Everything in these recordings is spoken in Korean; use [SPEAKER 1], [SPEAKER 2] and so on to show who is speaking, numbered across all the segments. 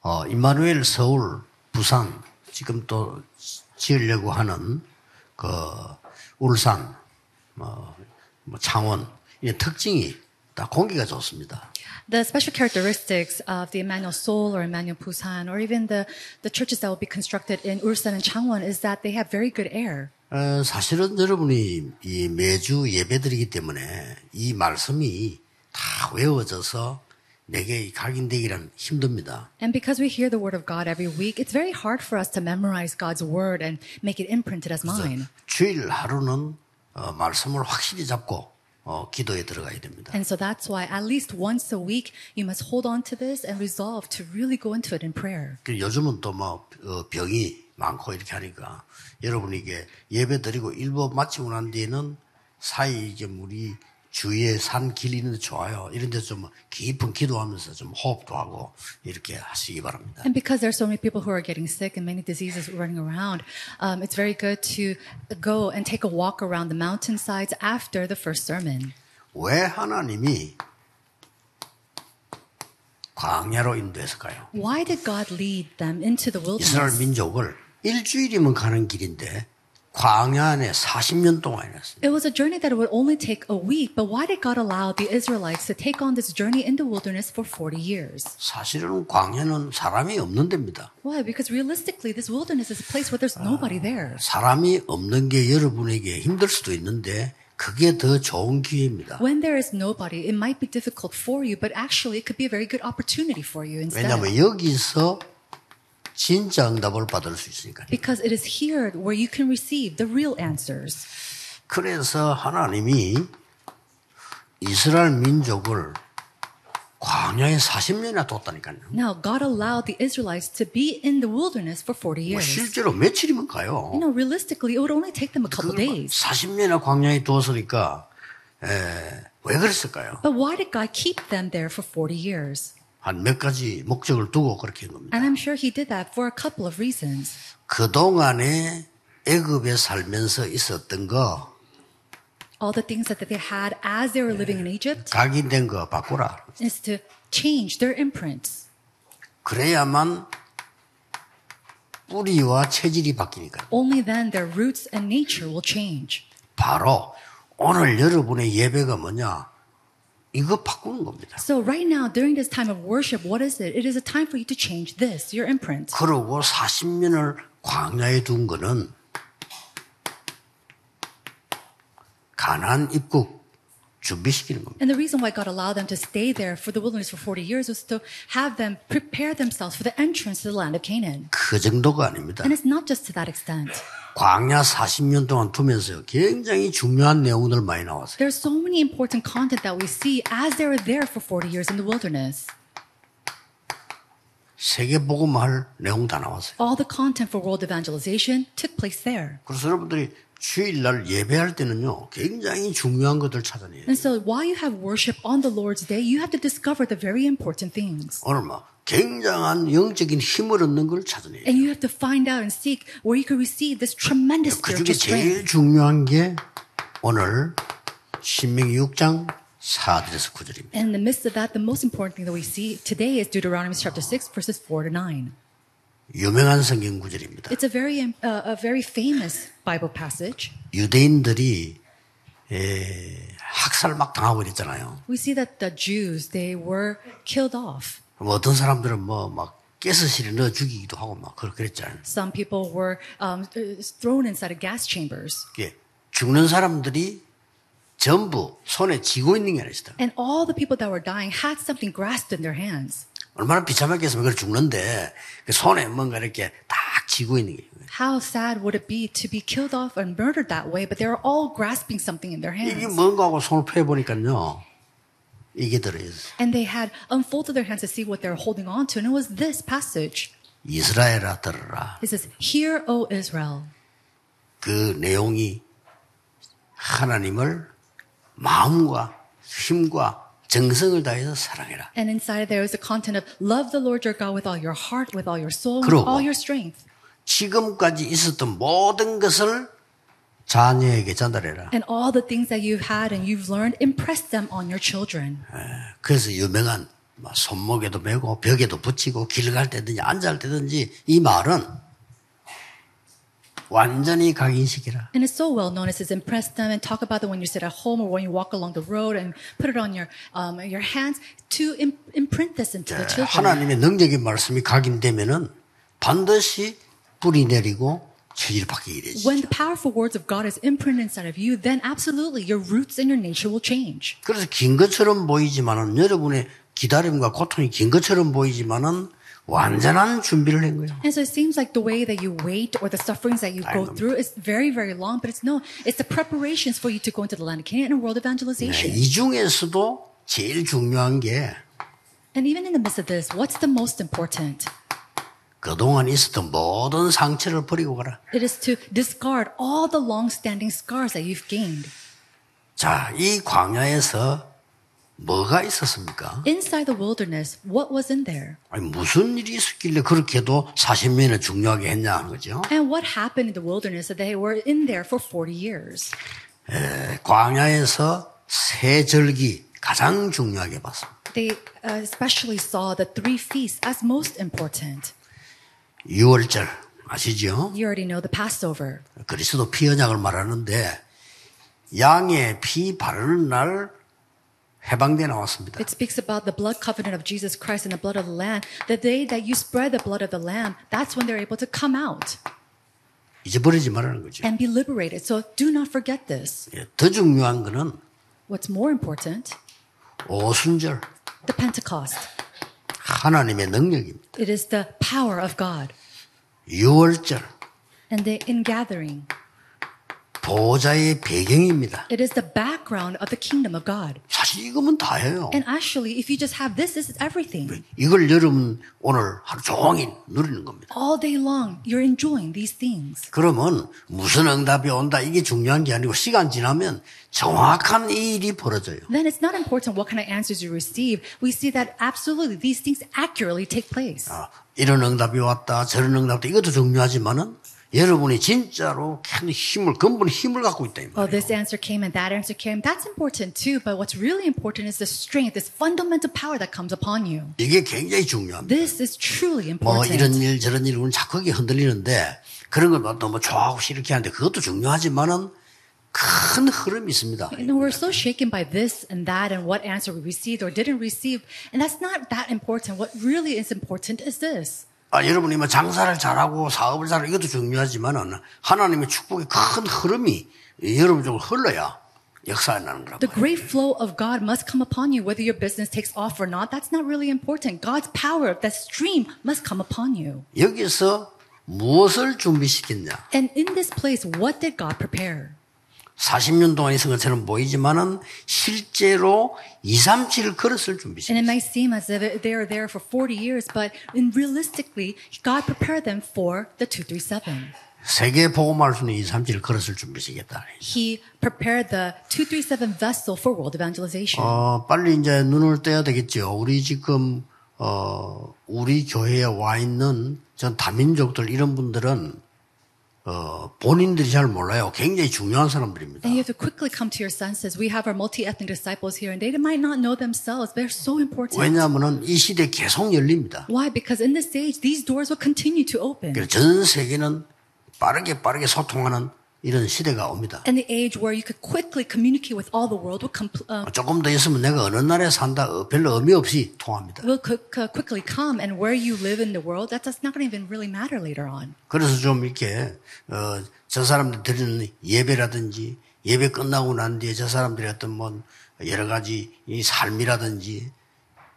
[SPEAKER 1] 어, 임마누엘 서울, 부산, 지금 또 지으려고 하는 그 울산, 뭐, 뭐 창원, 이 특징이 다 공기가 좋습니다.
[SPEAKER 2] The special characteristics of the Emmanuel Seoul or Emmanuel Busan or even the, the churches that will be constructed in Ulsan and Changwon is that they have very good air.
[SPEAKER 1] 어, 사실은 여러분이 이 매주 예배드리기 때문에 이 말씀이 다 외워져서 내게 각인되기란 힘듭니다.
[SPEAKER 2] And because we hear the word of God every week, it's very hard for us to memorize God's word and make it imprinted as mine.
[SPEAKER 1] 주일 하루는 어, 말씀을 확실히 잡고 어, 기도에 들어가야 됩니다.
[SPEAKER 2] And so that's why at least once a week, you must hold on to this and resolve to really go into it in prayer.
[SPEAKER 1] 그 요즘은 또 뭐 병이 많고 이렇게 하니까 여러분 이게 예배 드리고 일부 마치고 난 뒤에는 사이 이게 우리 주위에 산 길이 있는데 좋아요. 이런 데 좀 깊은 기도하면서 좀 호흡도 하고 이렇게 하시기 바랍니다.
[SPEAKER 2] And because there are so many people who are getting sick and many diseases running around, um, it's very good to go and take a walk around the mountainsides after the first sermon.
[SPEAKER 1] 왜 하나님이 광야로 인도했을까요?
[SPEAKER 2] Why did God lead them into the
[SPEAKER 1] 이스라엘
[SPEAKER 2] wilderness?
[SPEAKER 1] 민족을 일주일이면 가는 길인데 광야 안에 40년 동안 이랬어요.
[SPEAKER 2] It was a journey that would only take a week, but why did God allow the Israelites to take on this journey in the wilderness for 40 years?
[SPEAKER 1] 사실은 광야는 사람이 없는 데입니다.
[SPEAKER 2] Why? Because realistically, this wilderness is a place where there's nobody there.
[SPEAKER 1] 사람이 없는 게 여러분에게 힘들 수도 있는데 그게 더 좋은 기회입니다.
[SPEAKER 2] When there is nobody, it might be difficult for you, but actually, it could be a very good opportunity for you instead.
[SPEAKER 1] 왜냐하면 여기서 진짜 응답을 받을 수 있으니까.
[SPEAKER 2] Because it is here where you can receive the real answers.
[SPEAKER 1] 그래서 하나님이 이스라엘 민족을 광야에 40년이나 뒀다니까요. 뭐
[SPEAKER 2] Now, God allowed the Israelites to be in the wilderness for 40
[SPEAKER 1] 뭐
[SPEAKER 2] years.
[SPEAKER 1] 실제로 며칠이면 가요.
[SPEAKER 2] You know, realistically, it would only take them a couple days.
[SPEAKER 1] 40년이나 광야에 두었으니까 에, 왜 그랬을까요?
[SPEAKER 2] But why did God keep them there for 40 years?
[SPEAKER 1] 한 몇 가지 목적을 두고 그렇게 한 겁니다.
[SPEAKER 2] And I'm sure He did that for a couple of reasons.
[SPEAKER 1] 그동안에 애굽에 살면서 있었던 거
[SPEAKER 2] All the things that they had as they were living in Egypt
[SPEAKER 1] 각인된 거 바꾸라.
[SPEAKER 2] is to change their imprints.
[SPEAKER 1] 그래야만 뿌리와 체질이 바뀌니까.
[SPEAKER 2] Only then their roots and nature will change.
[SPEAKER 1] 바로 오늘 여러분의 예배가 뭐냐? 이거 바꾸는 겁니다.
[SPEAKER 2] So, right now, during this time of worship, what is it? It is a time for you to change this, your imprint.
[SPEAKER 1] 그러고 40년을 광야에 둔 거는 가난 입국 준비시키는 겁니다.
[SPEAKER 2] And the reason why God allowed them to stay there for the wilderness for 40 years was to have them prepare themselves for the entrance to the land of Canaan.
[SPEAKER 1] 그 정도가 아닙니다.
[SPEAKER 2] And it's not just to that extent.
[SPEAKER 1] 광야 40년 동안 두면서 굉장히 중요한 내용들 많이 나왔어요.
[SPEAKER 2] There's so many important content that we see as they were there for 40 years in the wilderness.
[SPEAKER 1] 세계복음할 내용 다 나왔어요.
[SPEAKER 2] All the content for world evangelization took place there.
[SPEAKER 1] 그래서 여러분들이 주일날 예배할 때는요, 굉장히 중요한 것들 찾아내요.
[SPEAKER 2] And so while you have worship on the Lord's day, you have to discover the very important things.
[SPEAKER 1] 오늘 뭐 굉장한 영적인 힘을 얻는 걸 찾아내요.
[SPEAKER 2] And you have to find out and seek where you can receive this tremendous
[SPEAKER 1] 그 중에
[SPEAKER 2] spiritual strength.
[SPEAKER 1] 제일 중요한 게 오늘 신명기 6장 4절에서 9절입니다.
[SPEAKER 2] And in the midst of that, the most important thing that we see today is Deuteronomy chapter 6, verses 4 to 9.
[SPEAKER 1] 유명한 성경 구절입니다.
[SPEAKER 2] It's a very, um, uh, a very famous Bible passage.
[SPEAKER 1] 유대인들이 에, 학살 막 당하고 이랬잖아요.
[SPEAKER 2] We see that the Jews, they were killed off.
[SPEAKER 1] 뭐 어떤 사람들은 뭐 막 가스실에 넣어 죽이기도 하고 막 그러- 그랬잖아요.
[SPEAKER 2] Some people were um, thrown inside of gas chambers.
[SPEAKER 1] 이게 죽는 사람들이 전부 손에 쥐고 있는 게 아니었어요.
[SPEAKER 2] And all the people that were dying had something grasped in their hands.
[SPEAKER 1] 얼마나 비참하겠으면 그걸 죽는데 그 손에 뭔가 이렇게 딱 쥐고 있는 게
[SPEAKER 2] How sad would it be to be killed off and murdered that way, but they were all grasping something in their
[SPEAKER 1] 이게
[SPEAKER 2] hands.
[SPEAKER 1] 뭔가 하고 손을 펴보니까요. 이게 들어있어요.
[SPEAKER 2] And they had unfolded their hands to see what they were holding on to, and it was this passage.
[SPEAKER 1] 이스라엘아 들어라.
[SPEAKER 2] It says, Hear, O Israel.
[SPEAKER 1] 그 내용이 하나님을 마음과 힘과 정성을 다해서 사랑해라.
[SPEAKER 2] And inside there is the content of love the Lord your God with all your heart, with all your soul, with
[SPEAKER 1] 그러고.
[SPEAKER 2] all your strength,
[SPEAKER 1] 지금까지 있었던 모든 것을 자녀에게 전달해라.
[SPEAKER 2] and all the things that you've had and you've learned, impress them on your children.
[SPEAKER 1] 그래서 유명한 막 손목에도 메고 벽에도 붙이고 길 갈 때든지 앉아할 때든지 이 말은 완전히 각인식이라.
[SPEAKER 2] And it's so well known. It says impress them and talk about them when you sit at home or when you walk along the road and put it on your um, your hands to im- imprint this into the
[SPEAKER 1] 예,
[SPEAKER 2] children.
[SPEAKER 1] 하나님의 능력의 말씀이 각인되면은 반드시 불이 내리고 주일 바뀌게 되지.
[SPEAKER 2] When the powerful words of God is imprinted inside of you, then absolutely your roots and your nature will change.
[SPEAKER 1] 그래서 긴 것처럼 보이지만은 여러분의 기다림과 고통이 긴 것처럼 보이지만은 완전한 준비를 한 거예요.
[SPEAKER 2] And so it seems like the way that you wait or the sufferings that you go
[SPEAKER 1] Amen.
[SPEAKER 2] through is very, very long, but it's no, it's the preparations for you to go into the land of Canaan and world
[SPEAKER 1] 예,
[SPEAKER 2] evangelization.
[SPEAKER 1] 이 중에서도 제일 중요한 게
[SPEAKER 2] And even in the midst of this, what's the most important?
[SPEAKER 1] 그동안 있었던 모든 상처를 버리고 가라.
[SPEAKER 2] It is to discard all the long-standing scars that you've gained.
[SPEAKER 1] 자, 이 광야에서 뭐가 있었습니까?
[SPEAKER 2] Inside the wilderness, what was in there?
[SPEAKER 1] 아니, 무슨 일이 있었길래 그렇게도 40년을 중요하게 했냐 하는 거죠.
[SPEAKER 2] And what happened in the wilderness that they were in there for 40 years?
[SPEAKER 1] 네, 광야에서 세 절기 가장 중요하게 봤습니다.
[SPEAKER 2] They uh, especially saw the three feasts as most important.
[SPEAKER 1] 6월절 아시죠?
[SPEAKER 2] You already know the Passover.
[SPEAKER 1] 그리스도 피 언약을 말하는데 양의 피 바르는 날 해방돼 나왔습니다.
[SPEAKER 2] It speaks about the blood covenant of Jesus Christ and the blood of the Lamb. The day that you spread the blood of the Lamb, that's when they're able to come out
[SPEAKER 1] 잊어버리지 말라는 거죠.
[SPEAKER 2] and be liberated. So do not forget this.
[SPEAKER 1] 예, 더 중요한 거는
[SPEAKER 2] What's more important,
[SPEAKER 1] 오순절
[SPEAKER 2] the Pentecost.
[SPEAKER 1] 하나님의 능력입니다.
[SPEAKER 2] It is the power of God
[SPEAKER 1] 유월절
[SPEAKER 2] and the ingathering.
[SPEAKER 1] 보호자의 배경입니다.
[SPEAKER 2] It is the background of the kingdom of God.
[SPEAKER 1] 사실 이거면 다예요.
[SPEAKER 2] And actually, if you just have this, this is everything.
[SPEAKER 1] 이걸 여러분 오늘 하루 종일 누리는 겁니다.
[SPEAKER 2] All day long, you're enjoying these things.
[SPEAKER 1] 그러면 무슨 응답이 온다 이게 중요한 게 아니고 시간 지나면 정확한 이 일이 벌어져요.
[SPEAKER 2] Then it's not important what kind of answers you receive. We see that absolutely these things accurately take place.
[SPEAKER 1] 아, 이런 응답이 왔다 저런 응답도 이것도 중요하지만은 여러분이 진짜로 큰 힘을 근본 힘을 갖고 있다 이 말이에요.
[SPEAKER 2] Oh, this answer came and that answer came. That's important too, but what's really important is the strength, this fundamental power that comes upon you.
[SPEAKER 1] 이게 굉장히 중요합니다.
[SPEAKER 2] This is truly
[SPEAKER 1] 뭐 이런
[SPEAKER 2] important.
[SPEAKER 1] 일 저런 일 우리는 자꾸 이게 흔들리는데 그런 걸뭐 좋아하고 싫게 하는데 그것도 중요하지만은 큰 흐름이 있습니다.
[SPEAKER 2] You know, we're so shaken by this and that and what answer we received or didn't receive, and that's not that important. What really is important is this.
[SPEAKER 1] 아, 여러분이 뭐 장사를 잘하고 사업을 잘하고 이것도 중요하지만은 하나님의 축복의 큰 흐름이 여러분 쪽으로 흘러야 역사에 나는 거라고.
[SPEAKER 2] The great flow of God must come upon you, whether your business takes off or not. That's not really important. God's power, that stream, must come upon you.
[SPEAKER 1] 여기서 무엇을 준비시켰냐?
[SPEAKER 2] And in this place, what did God prepare?
[SPEAKER 1] 40년 동안 있은 것처럼 보이지만은 실제로 2, 3, 7 걸었을
[SPEAKER 2] And
[SPEAKER 1] 준비시켰
[SPEAKER 2] it might seem as if they are there for 40 years, but in realistically, God prepared them for the 237.
[SPEAKER 1] 세계 복음할 수는 2, 3, 7 걸었을 준비시켰다.
[SPEAKER 2] He prepared the 237 vessel for world evangelization.
[SPEAKER 1] 어, 빨리 이제 눈을 떼야 되겠죠. 우리 지금, 어, 우리 교회에 와 있는 전 다민족들 이런 분들은, 어, 본인들이 잘 몰라요. 굉장히 중요한 사람들입니다.
[SPEAKER 2] and you have to quickly come to your senses. We have our multi-ethnic disciples here, and they might not know themselves. They're so important.
[SPEAKER 1] 왜냐하면 이 시대 계속 열립니다.
[SPEAKER 2] Why? Because in this age, these doors will continue to open.
[SPEAKER 1] 그래서 전 세계는 빠르게 빠르게 소통하는 이런 시대가 옵니다.
[SPEAKER 2] And the age where you could quickly communicate with all the world will, compl- uh,
[SPEAKER 1] 조금 더 있으면 내가 어느 나라에 산다 어, 별로 의미 없이 통합니다.
[SPEAKER 2] will quick- uh, quickly come. And where you live in the world, that does not even really matter later on.
[SPEAKER 1] 그래서 좀 이렇게 어, 저 사람들 드리는 예배라든지 예배 끝나고 난 뒤에 저 사람들이 어떤 뭐 여러 가지 이 삶이라든지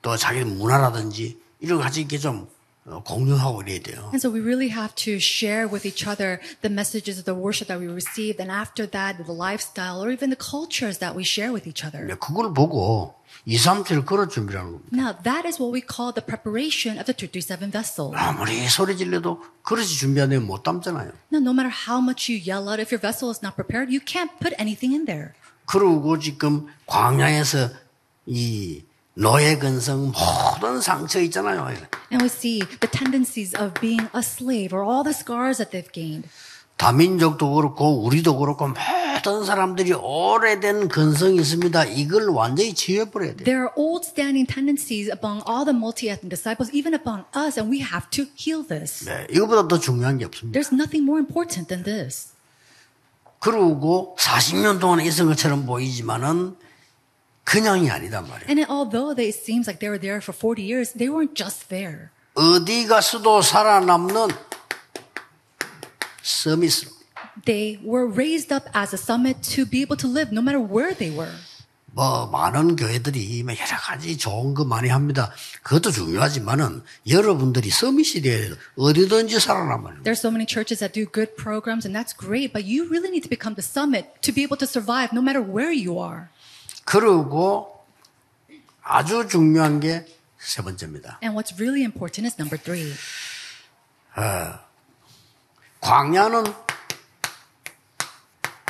[SPEAKER 1] 또 자기 문화라든지 이런 거 같이 이렇게 좀 어, 공유하고 이래야 돼요.
[SPEAKER 2] And so we really have to share with each other the messages of the worship that we received. And after that, the lifestyle or even the cultures that we share with each other.
[SPEAKER 1] 근데 그걸 보고 2, 3주를 걸어 준비라는 겁니다.
[SPEAKER 2] Now, that is what we call the preparation of the 237 vessel.
[SPEAKER 1] 아무리 소리 질러도 그릇이 준비하면 못 담잖아요.
[SPEAKER 2] Now, no matter how much you yell out, if your vessel is not prepared, you can't put anything in there.
[SPEAKER 1] 그러고 지금 광야에서 이 노예 근성 모든 상처 있잖아요.
[SPEAKER 2] And we see the tendencies of being a slave or all the scars that they've gained.
[SPEAKER 1] 다민족도 그렇고 우리도 그렇고 모든 사람들이 오래된 근성이 있습니다. 이걸 완전히 치유해버려야 돼요.
[SPEAKER 2] There are old standing tendencies among all the multi ethnic disciples, even upon us, and we have to heal this.
[SPEAKER 1] 네, 이거보다 더 중요한 게 없습니다.
[SPEAKER 2] There's nothing more important than this.
[SPEAKER 1] 그러고 40년 동안 있은 것처럼 보이지만은 그냥이 아니단 말이에요.
[SPEAKER 2] And then although they, it seems like they were there for 40 years, they weren't just there.
[SPEAKER 1] 어디 가서도 살아남는 서밋으로
[SPEAKER 2] They were raised up as a summit to be able to live no matter where they were.
[SPEAKER 1] 뭐 많은 교회들이 뭐 여러 가지 좋은 거 많이 합니다. 그것도 중요하지만은 여러분들이 서밋이 돼야 돼요. 어디든지 살아남아요.
[SPEAKER 2] There's so many churches that do good programs, and that's great, but you really need to become the summit to be able to survive no matter where you are.
[SPEAKER 1] 그리고 아주 중요한 게 세 번째입니다.
[SPEAKER 2] And what's really important is number three.
[SPEAKER 1] 광야는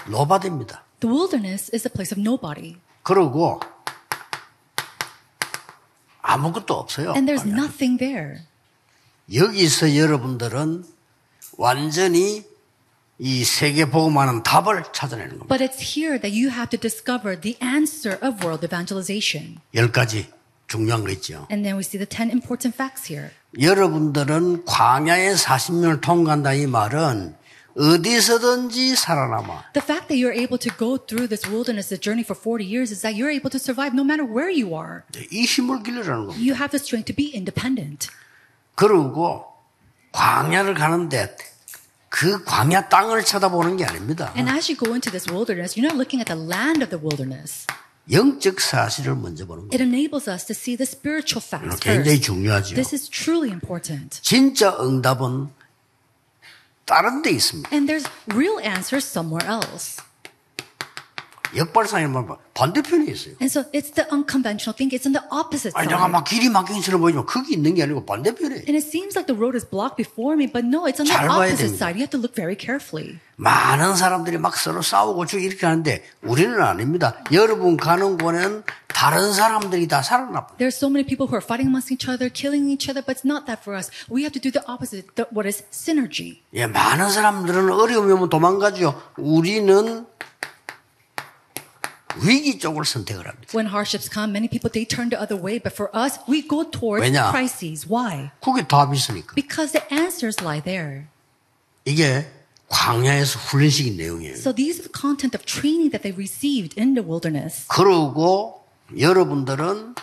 [SPEAKER 1] 노바디입니다.
[SPEAKER 2] The wilderness is a place of nobody,
[SPEAKER 1] 그러고 아무것도 없어요.
[SPEAKER 2] and there's
[SPEAKER 1] 광야.
[SPEAKER 2] nothing there.
[SPEAKER 1] 여기서 여러분들은 완전히 이 세계 복음하는 답을 찾아내는 겁니다.
[SPEAKER 2] But it's here that you have to discover the answer of world evangelization.
[SPEAKER 1] 열 가지 중요한 거 있죠.
[SPEAKER 2] And then we see the 10 important facts here.
[SPEAKER 1] 여러분들은 광야의 40년을 통과한다 이 말은 어디서든지 살아남아.
[SPEAKER 2] The fact that you're able to go through this wilderness, this journey for 40 years, is that you're able to survive no matter where you are.
[SPEAKER 1] 이 힘을 길러라는 겁니다.
[SPEAKER 2] You have the strength to be independent.
[SPEAKER 1] 그리고 광야를 가는데 그 광야 땅을 쳐다보는 게 아닙니다.
[SPEAKER 2] And as you go into this wilderness, you're not looking at the land of the wilderness.
[SPEAKER 1] 영적 사실을 먼저 보는 거예요.
[SPEAKER 2] It enables us to see the spiritual facts
[SPEAKER 1] 굉장히
[SPEAKER 2] first.
[SPEAKER 1] 중요하죠.
[SPEAKER 2] This is truly important.
[SPEAKER 1] 진짜 응답은 다른 데 있습니다.
[SPEAKER 2] And there's real answers somewhere else.
[SPEAKER 1] 역발상에 보면 반대편에 있어요.
[SPEAKER 2] And so it's the unconventional thing. It's on the opposite
[SPEAKER 1] 아니 내가
[SPEAKER 2] side.
[SPEAKER 1] 막 길이 막힌 것처럼 보이지만 거기 있는 게 아니고 반대편에
[SPEAKER 2] And it seems like the road is blocked before me, but no, it's on the
[SPEAKER 1] 잘 봐야
[SPEAKER 2] opposite
[SPEAKER 1] 됩니다.
[SPEAKER 2] side. You have to look very carefully.
[SPEAKER 1] 많은 사람들이 막 서로 싸우고 죽 이렇게 하는데 우리는 아닙니다. 여러분 가는 곳에는 다른 사람들이 다 살아납니다.
[SPEAKER 2] There are so many people who are fighting amongst each other, killing each other, but it's not that for us. We have to do the opposite. The, what is synergy?
[SPEAKER 1] 예, 많은 사람들은 어려움이 오면 도망가죠. 우리는 위기 쪽을 선택을 합니다.
[SPEAKER 2] When hardships come, many people they turn the other way, but for us, we go towards
[SPEAKER 1] 왜냐?
[SPEAKER 2] crises. Why?
[SPEAKER 1] 그게 답이 있으니까.
[SPEAKER 2] Because the answers lie there.
[SPEAKER 1] 이게 광야에서 훈련식인 내용이에요.
[SPEAKER 2] So these are the content of training that they received in the wilderness.
[SPEAKER 1] 그러고 여러분들은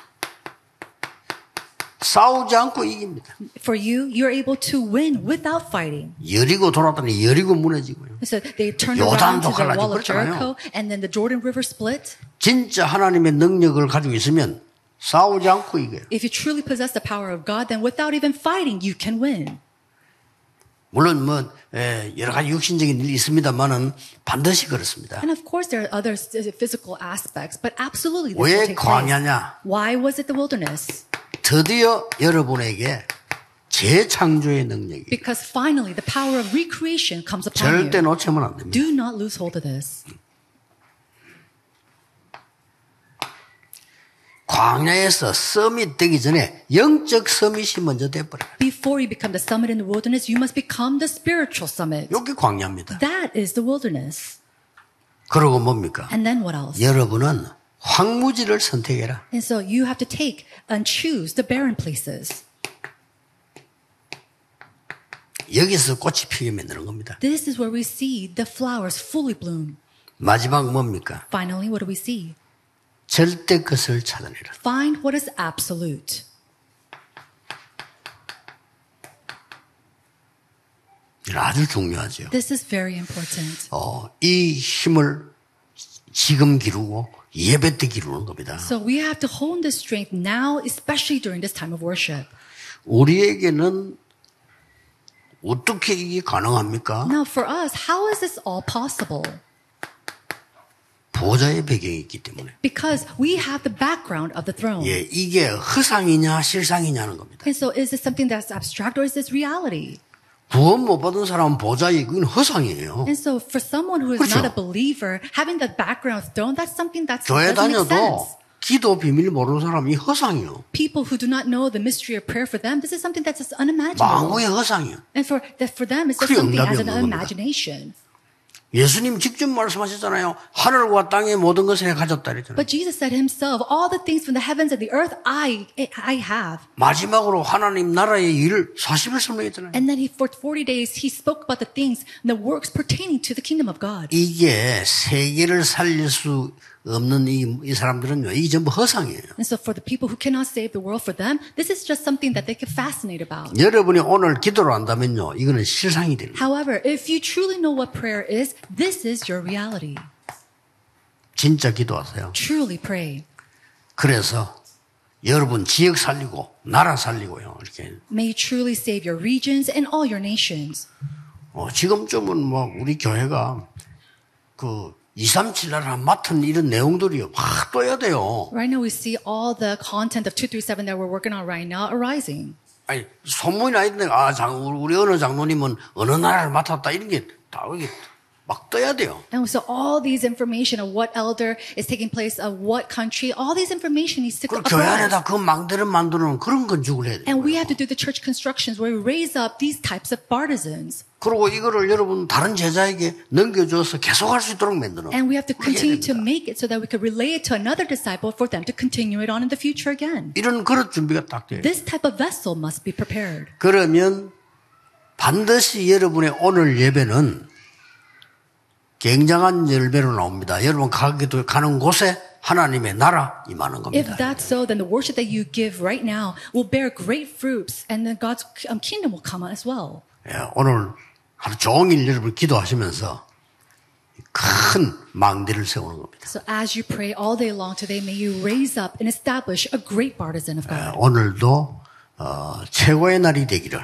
[SPEAKER 1] 싸우지 않고 이깁니다.
[SPEAKER 2] For you, you're able to win without fighting.
[SPEAKER 1] 여리고 돌았더니 여리고 무너지고요.
[SPEAKER 2] So they turned
[SPEAKER 1] 요단도
[SPEAKER 2] around to the
[SPEAKER 1] 갈라지고
[SPEAKER 2] wall of
[SPEAKER 1] 그랬잖아요.
[SPEAKER 2] Jericho, and then the Jordan River split.
[SPEAKER 1] 진짜 하나님의 능력을 가지고 있으면 싸우지 않고 이겨요.
[SPEAKER 2] If you truly possess the power of God, then without even fighting, you can win.
[SPEAKER 1] 물론 뭐 에, 여러 가지 육신적인 일이 있습니다만은 반드시 그렇습니다.
[SPEAKER 2] And of course, there are other s- uh, physical aspects, but absolutely this will
[SPEAKER 1] 왜
[SPEAKER 2] take place.
[SPEAKER 1] 광야냐?
[SPEAKER 2] Why was it the wilderness?
[SPEAKER 1] 드디어 여러분에게 재창조의 능력이
[SPEAKER 2] Because finally, the power of recreation comes upon
[SPEAKER 1] 절대
[SPEAKER 2] you.
[SPEAKER 1] 놓치면 안 됩니다.
[SPEAKER 2] Do not lose hold of this.
[SPEAKER 1] 광야에서 서밋 되기 전에 영적 서밋이 먼저 돼버려요.
[SPEAKER 2] Before you become the summit in the wilderness, you must become the spiritual summit.
[SPEAKER 1] 이게 광야입니다.
[SPEAKER 2] That is the wilderness.
[SPEAKER 1] 그러고 뭡니까?
[SPEAKER 2] And then what else?
[SPEAKER 1] 여러분은 황무지를 선택해라.
[SPEAKER 2] And so you have to take and choose the barren places.
[SPEAKER 1] 여기서 꽃이 피게 만드는 겁니다.
[SPEAKER 2] This is where we see the flowers fully bloom.
[SPEAKER 1] 마지막 뭡니까?
[SPEAKER 2] Finally, what do we see?
[SPEAKER 1] 절대 것을 찾아내라.
[SPEAKER 2] Find what is absolute.
[SPEAKER 1] 이건 아주 중요하죠.
[SPEAKER 2] This is very important.
[SPEAKER 1] 어, 이 힘을 지금 기르고 예배 때 기르는 겁니다.
[SPEAKER 2] So we have to hone this strength now, especially during this time of worship.
[SPEAKER 1] 우리에게는 어떻게 이게 가능합니까?
[SPEAKER 2] Now, for us, how is this all possible?
[SPEAKER 1] 보좌의 배경이 있기 때문에.
[SPEAKER 2] Because we have the background of the throne.
[SPEAKER 1] 예, 이게 허상이냐 실상이냐는 겁니다.
[SPEAKER 2] And so, is this something that's abstract or is this reality?
[SPEAKER 1] 구원 못 받은 사람은 보좌이고 이건 허상이에요.
[SPEAKER 2] And so, for someone who is not a
[SPEAKER 1] 그렇죠.
[SPEAKER 2] believer, having the background of throne, that's something that's
[SPEAKER 1] 교회
[SPEAKER 2] doesn't make
[SPEAKER 1] 다녀도
[SPEAKER 2] sense.
[SPEAKER 1] 기도 비밀 모르는 사람이 허상이요.
[SPEAKER 2] People who do not know the mystery of prayer for them, this is something that's just unimaginable.
[SPEAKER 1] 망고의 허상이요.
[SPEAKER 2] And for that, for them, it's just
[SPEAKER 1] 그게
[SPEAKER 2] something as
[SPEAKER 1] 응답이
[SPEAKER 2] an
[SPEAKER 1] 없는 겁니다.
[SPEAKER 2] imagination.
[SPEAKER 1] 예수님 직접 말씀하셨잖아요. 하늘과 땅의 모든 것을 가졌다 그랬잖아요.
[SPEAKER 2] But Jesus said himself, all the things from the heavens and the earth I I have.
[SPEAKER 1] 마지막으로 하나님 나라의 일을 사실을 설명했잖아요.
[SPEAKER 2] And then he for 40 days he spoke about the things and the works pertaining to the kingdom of God.
[SPEAKER 1] 이게 세계를 살릴 수 없는 이, 이 사람들은요. 이게 전부 허상이에요.
[SPEAKER 2] And so for the people who cannot save the world for them, this is just something that they can fascinate about.
[SPEAKER 1] 여러분이 오늘 기도를 한다면요. 이거는 실상이 됩니다.
[SPEAKER 2] However, if you truly know what prayer is, this is your reality.
[SPEAKER 1] 진짜 기도하세요.
[SPEAKER 2] Truly pray.
[SPEAKER 1] 그래서 여러분 지역 살리고 나라 살리고요. 이렇게
[SPEAKER 2] May you truly save your regions and all your nations.
[SPEAKER 1] 어, 지금쯤은 뭐 우리 교회가 그 237 나라 맡은 이런 내용들이 확 떠야 돼요.
[SPEAKER 2] Right now we see all the content of 237 that we're working on right now arising.
[SPEAKER 1] 아니 소문이 나 있는데 아 장, 우리 어느 장로님은 어느 나라를 맡았다 이런 게 다 이게 막 떠야 돼요.
[SPEAKER 2] And so all these information of what elder is taking place of what country, all these information needs to
[SPEAKER 1] 그리고
[SPEAKER 2] come.
[SPEAKER 1] 교회 안에다 그 망대를 만드는 그런 건축을 해야 돼요.
[SPEAKER 2] And we have to do the church constructions where we raise up these types of partisans.
[SPEAKER 1] 그리고 이거를 여러분 다른 제자에게 넘겨줘서 계속 할 수 있도록 만드는
[SPEAKER 2] And we have to
[SPEAKER 1] 그렇게 해야
[SPEAKER 2] continue to
[SPEAKER 1] 됩니다.
[SPEAKER 2] make it so that we could relay it to another disciple for them to continue it on in the future again.
[SPEAKER 1] 이런 그릇 준비가 딱 돼요.
[SPEAKER 2] This type of vessel must be prepared.
[SPEAKER 1] 그러면 반드시 여러분의 오늘 예배는 굉장한 열매로 나옵니다. 여러분 가기도 가는 곳에 하나님의 나라 임하는 겁니다.
[SPEAKER 2] If that's so, then the worship that you give right now will bear great fruits, and then God's um, kingdom will come as well.
[SPEAKER 1] 예, 오늘 하루 종일 여러분 기도하시면서 큰 망대를 세우는 겁니다.
[SPEAKER 2] So as you pray all day long today, may you raise up and establish a great partisan of
[SPEAKER 1] 예,
[SPEAKER 2] God.
[SPEAKER 1] 오늘도 어, 최고의 날이 되기를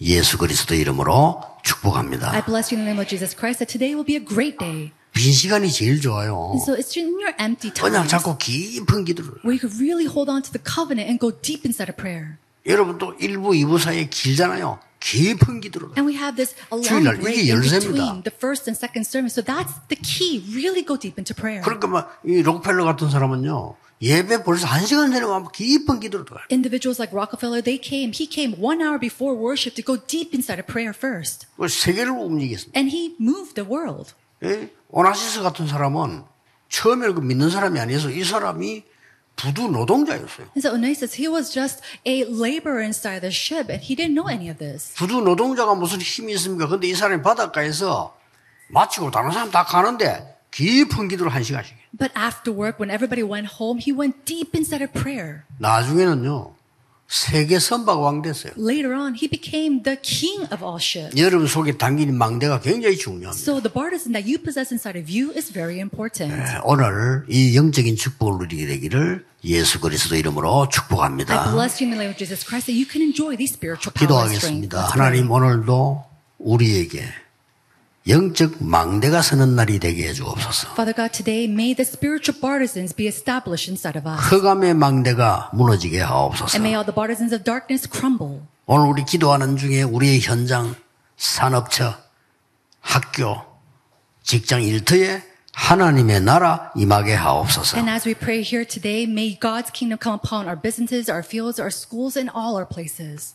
[SPEAKER 1] 예수 그리스도 이름으로
[SPEAKER 2] I
[SPEAKER 1] 축복합니다.
[SPEAKER 2] bless you in the name of Jesus Christ that today will be a great day.
[SPEAKER 1] 빈 시간이 제일 좋아요.
[SPEAKER 2] And so it's in your empty
[SPEAKER 1] 그냥
[SPEAKER 2] time
[SPEAKER 1] 자꾸 깊은 기도를.
[SPEAKER 2] where you could really hold on to the covenant and go deep inside of prayer.
[SPEAKER 1] 여러분 또 1부, 2부 사이에 길잖아요. 깊은 기도를.
[SPEAKER 2] And we have this a long
[SPEAKER 1] 주일날
[SPEAKER 2] break
[SPEAKER 1] 이게
[SPEAKER 2] in
[SPEAKER 1] 열쇠입니다.
[SPEAKER 2] between the first and second sermon. So that's the key. Really go deep into prayer.
[SPEAKER 1] 그러니까 막이 록펠러 같은 사람은요 예배 벌써 한 시간 전에 막 깊은 기도로 들어가요.
[SPEAKER 2] Individuals like Rockefeller, they came. He came one hour before worship to go deep inside of prayer first.
[SPEAKER 1] 그 세계를 움직이겠습니다.
[SPEAKER 2] And he moved the world.
[SPEAKER 1] 예? 오나시스 같은 사람은 처음에 그 믿는 사람이 아니어서 이 사람이 부두 노동자였어요.
[SPEAKER 2] And so Onesimus, he was just a laborer inside the ship and he didn't know any of this.
[SPEAKER 1] 부두 노동자가 무슨 힘이 있습니까? 근데 이 사람이 바닷가에서 마치고 다른 사람 다 가는데 깊은 기도를 한 시간씩. 해요.
[SPEAKER 2] But after work, when everybody went home, he went deep inside of prayer.
[SPEAKER 1] 나중에는요 세계 선박왕 됐어요.
[SPEAKER 2] Later on, he became the king of all ships.
[SPEAKER 1] 여러분 속에 담긴 망대가 굉장히 중요합니다.
[SPEAKER 2] So the partisan that you possess inside of you is very important.
[SPEAKER 1] 네, 오늘 이 영적인 축복을 누리게 되기를 예수 그리스도 이름으로
[SPEAKER 2] I
[SPEAKER 1] 축복합니다.
[SPEAKER 2] bless you in the name of Jesus Christ that you can enjoy these spiritual power and strength.
[SPEAKER 1] 기도하겠습니다. 하나님 오늘도 우리에게 영적 망대가 서는 날이 되게 해주옵소서.
[SPEAKER 2] Father God, today may the spiritual partisans be established inside of us.
[SPEAKER 1] 흑암의 망대가 무너지게 하옵소서.
[SPEAKER 2] And may all the partisans of darkness crumble.
[SPEAKER 1] 오늘 우리 기도하는 중에 우리의 현장, 산업처, 학교, 직장 일터에 하나님의 나라 임하게 하옵소서.
[SPEAKER 2] And as we pray here today, may God's kingdom come upon our businesses, our fields, our schools, and all our places.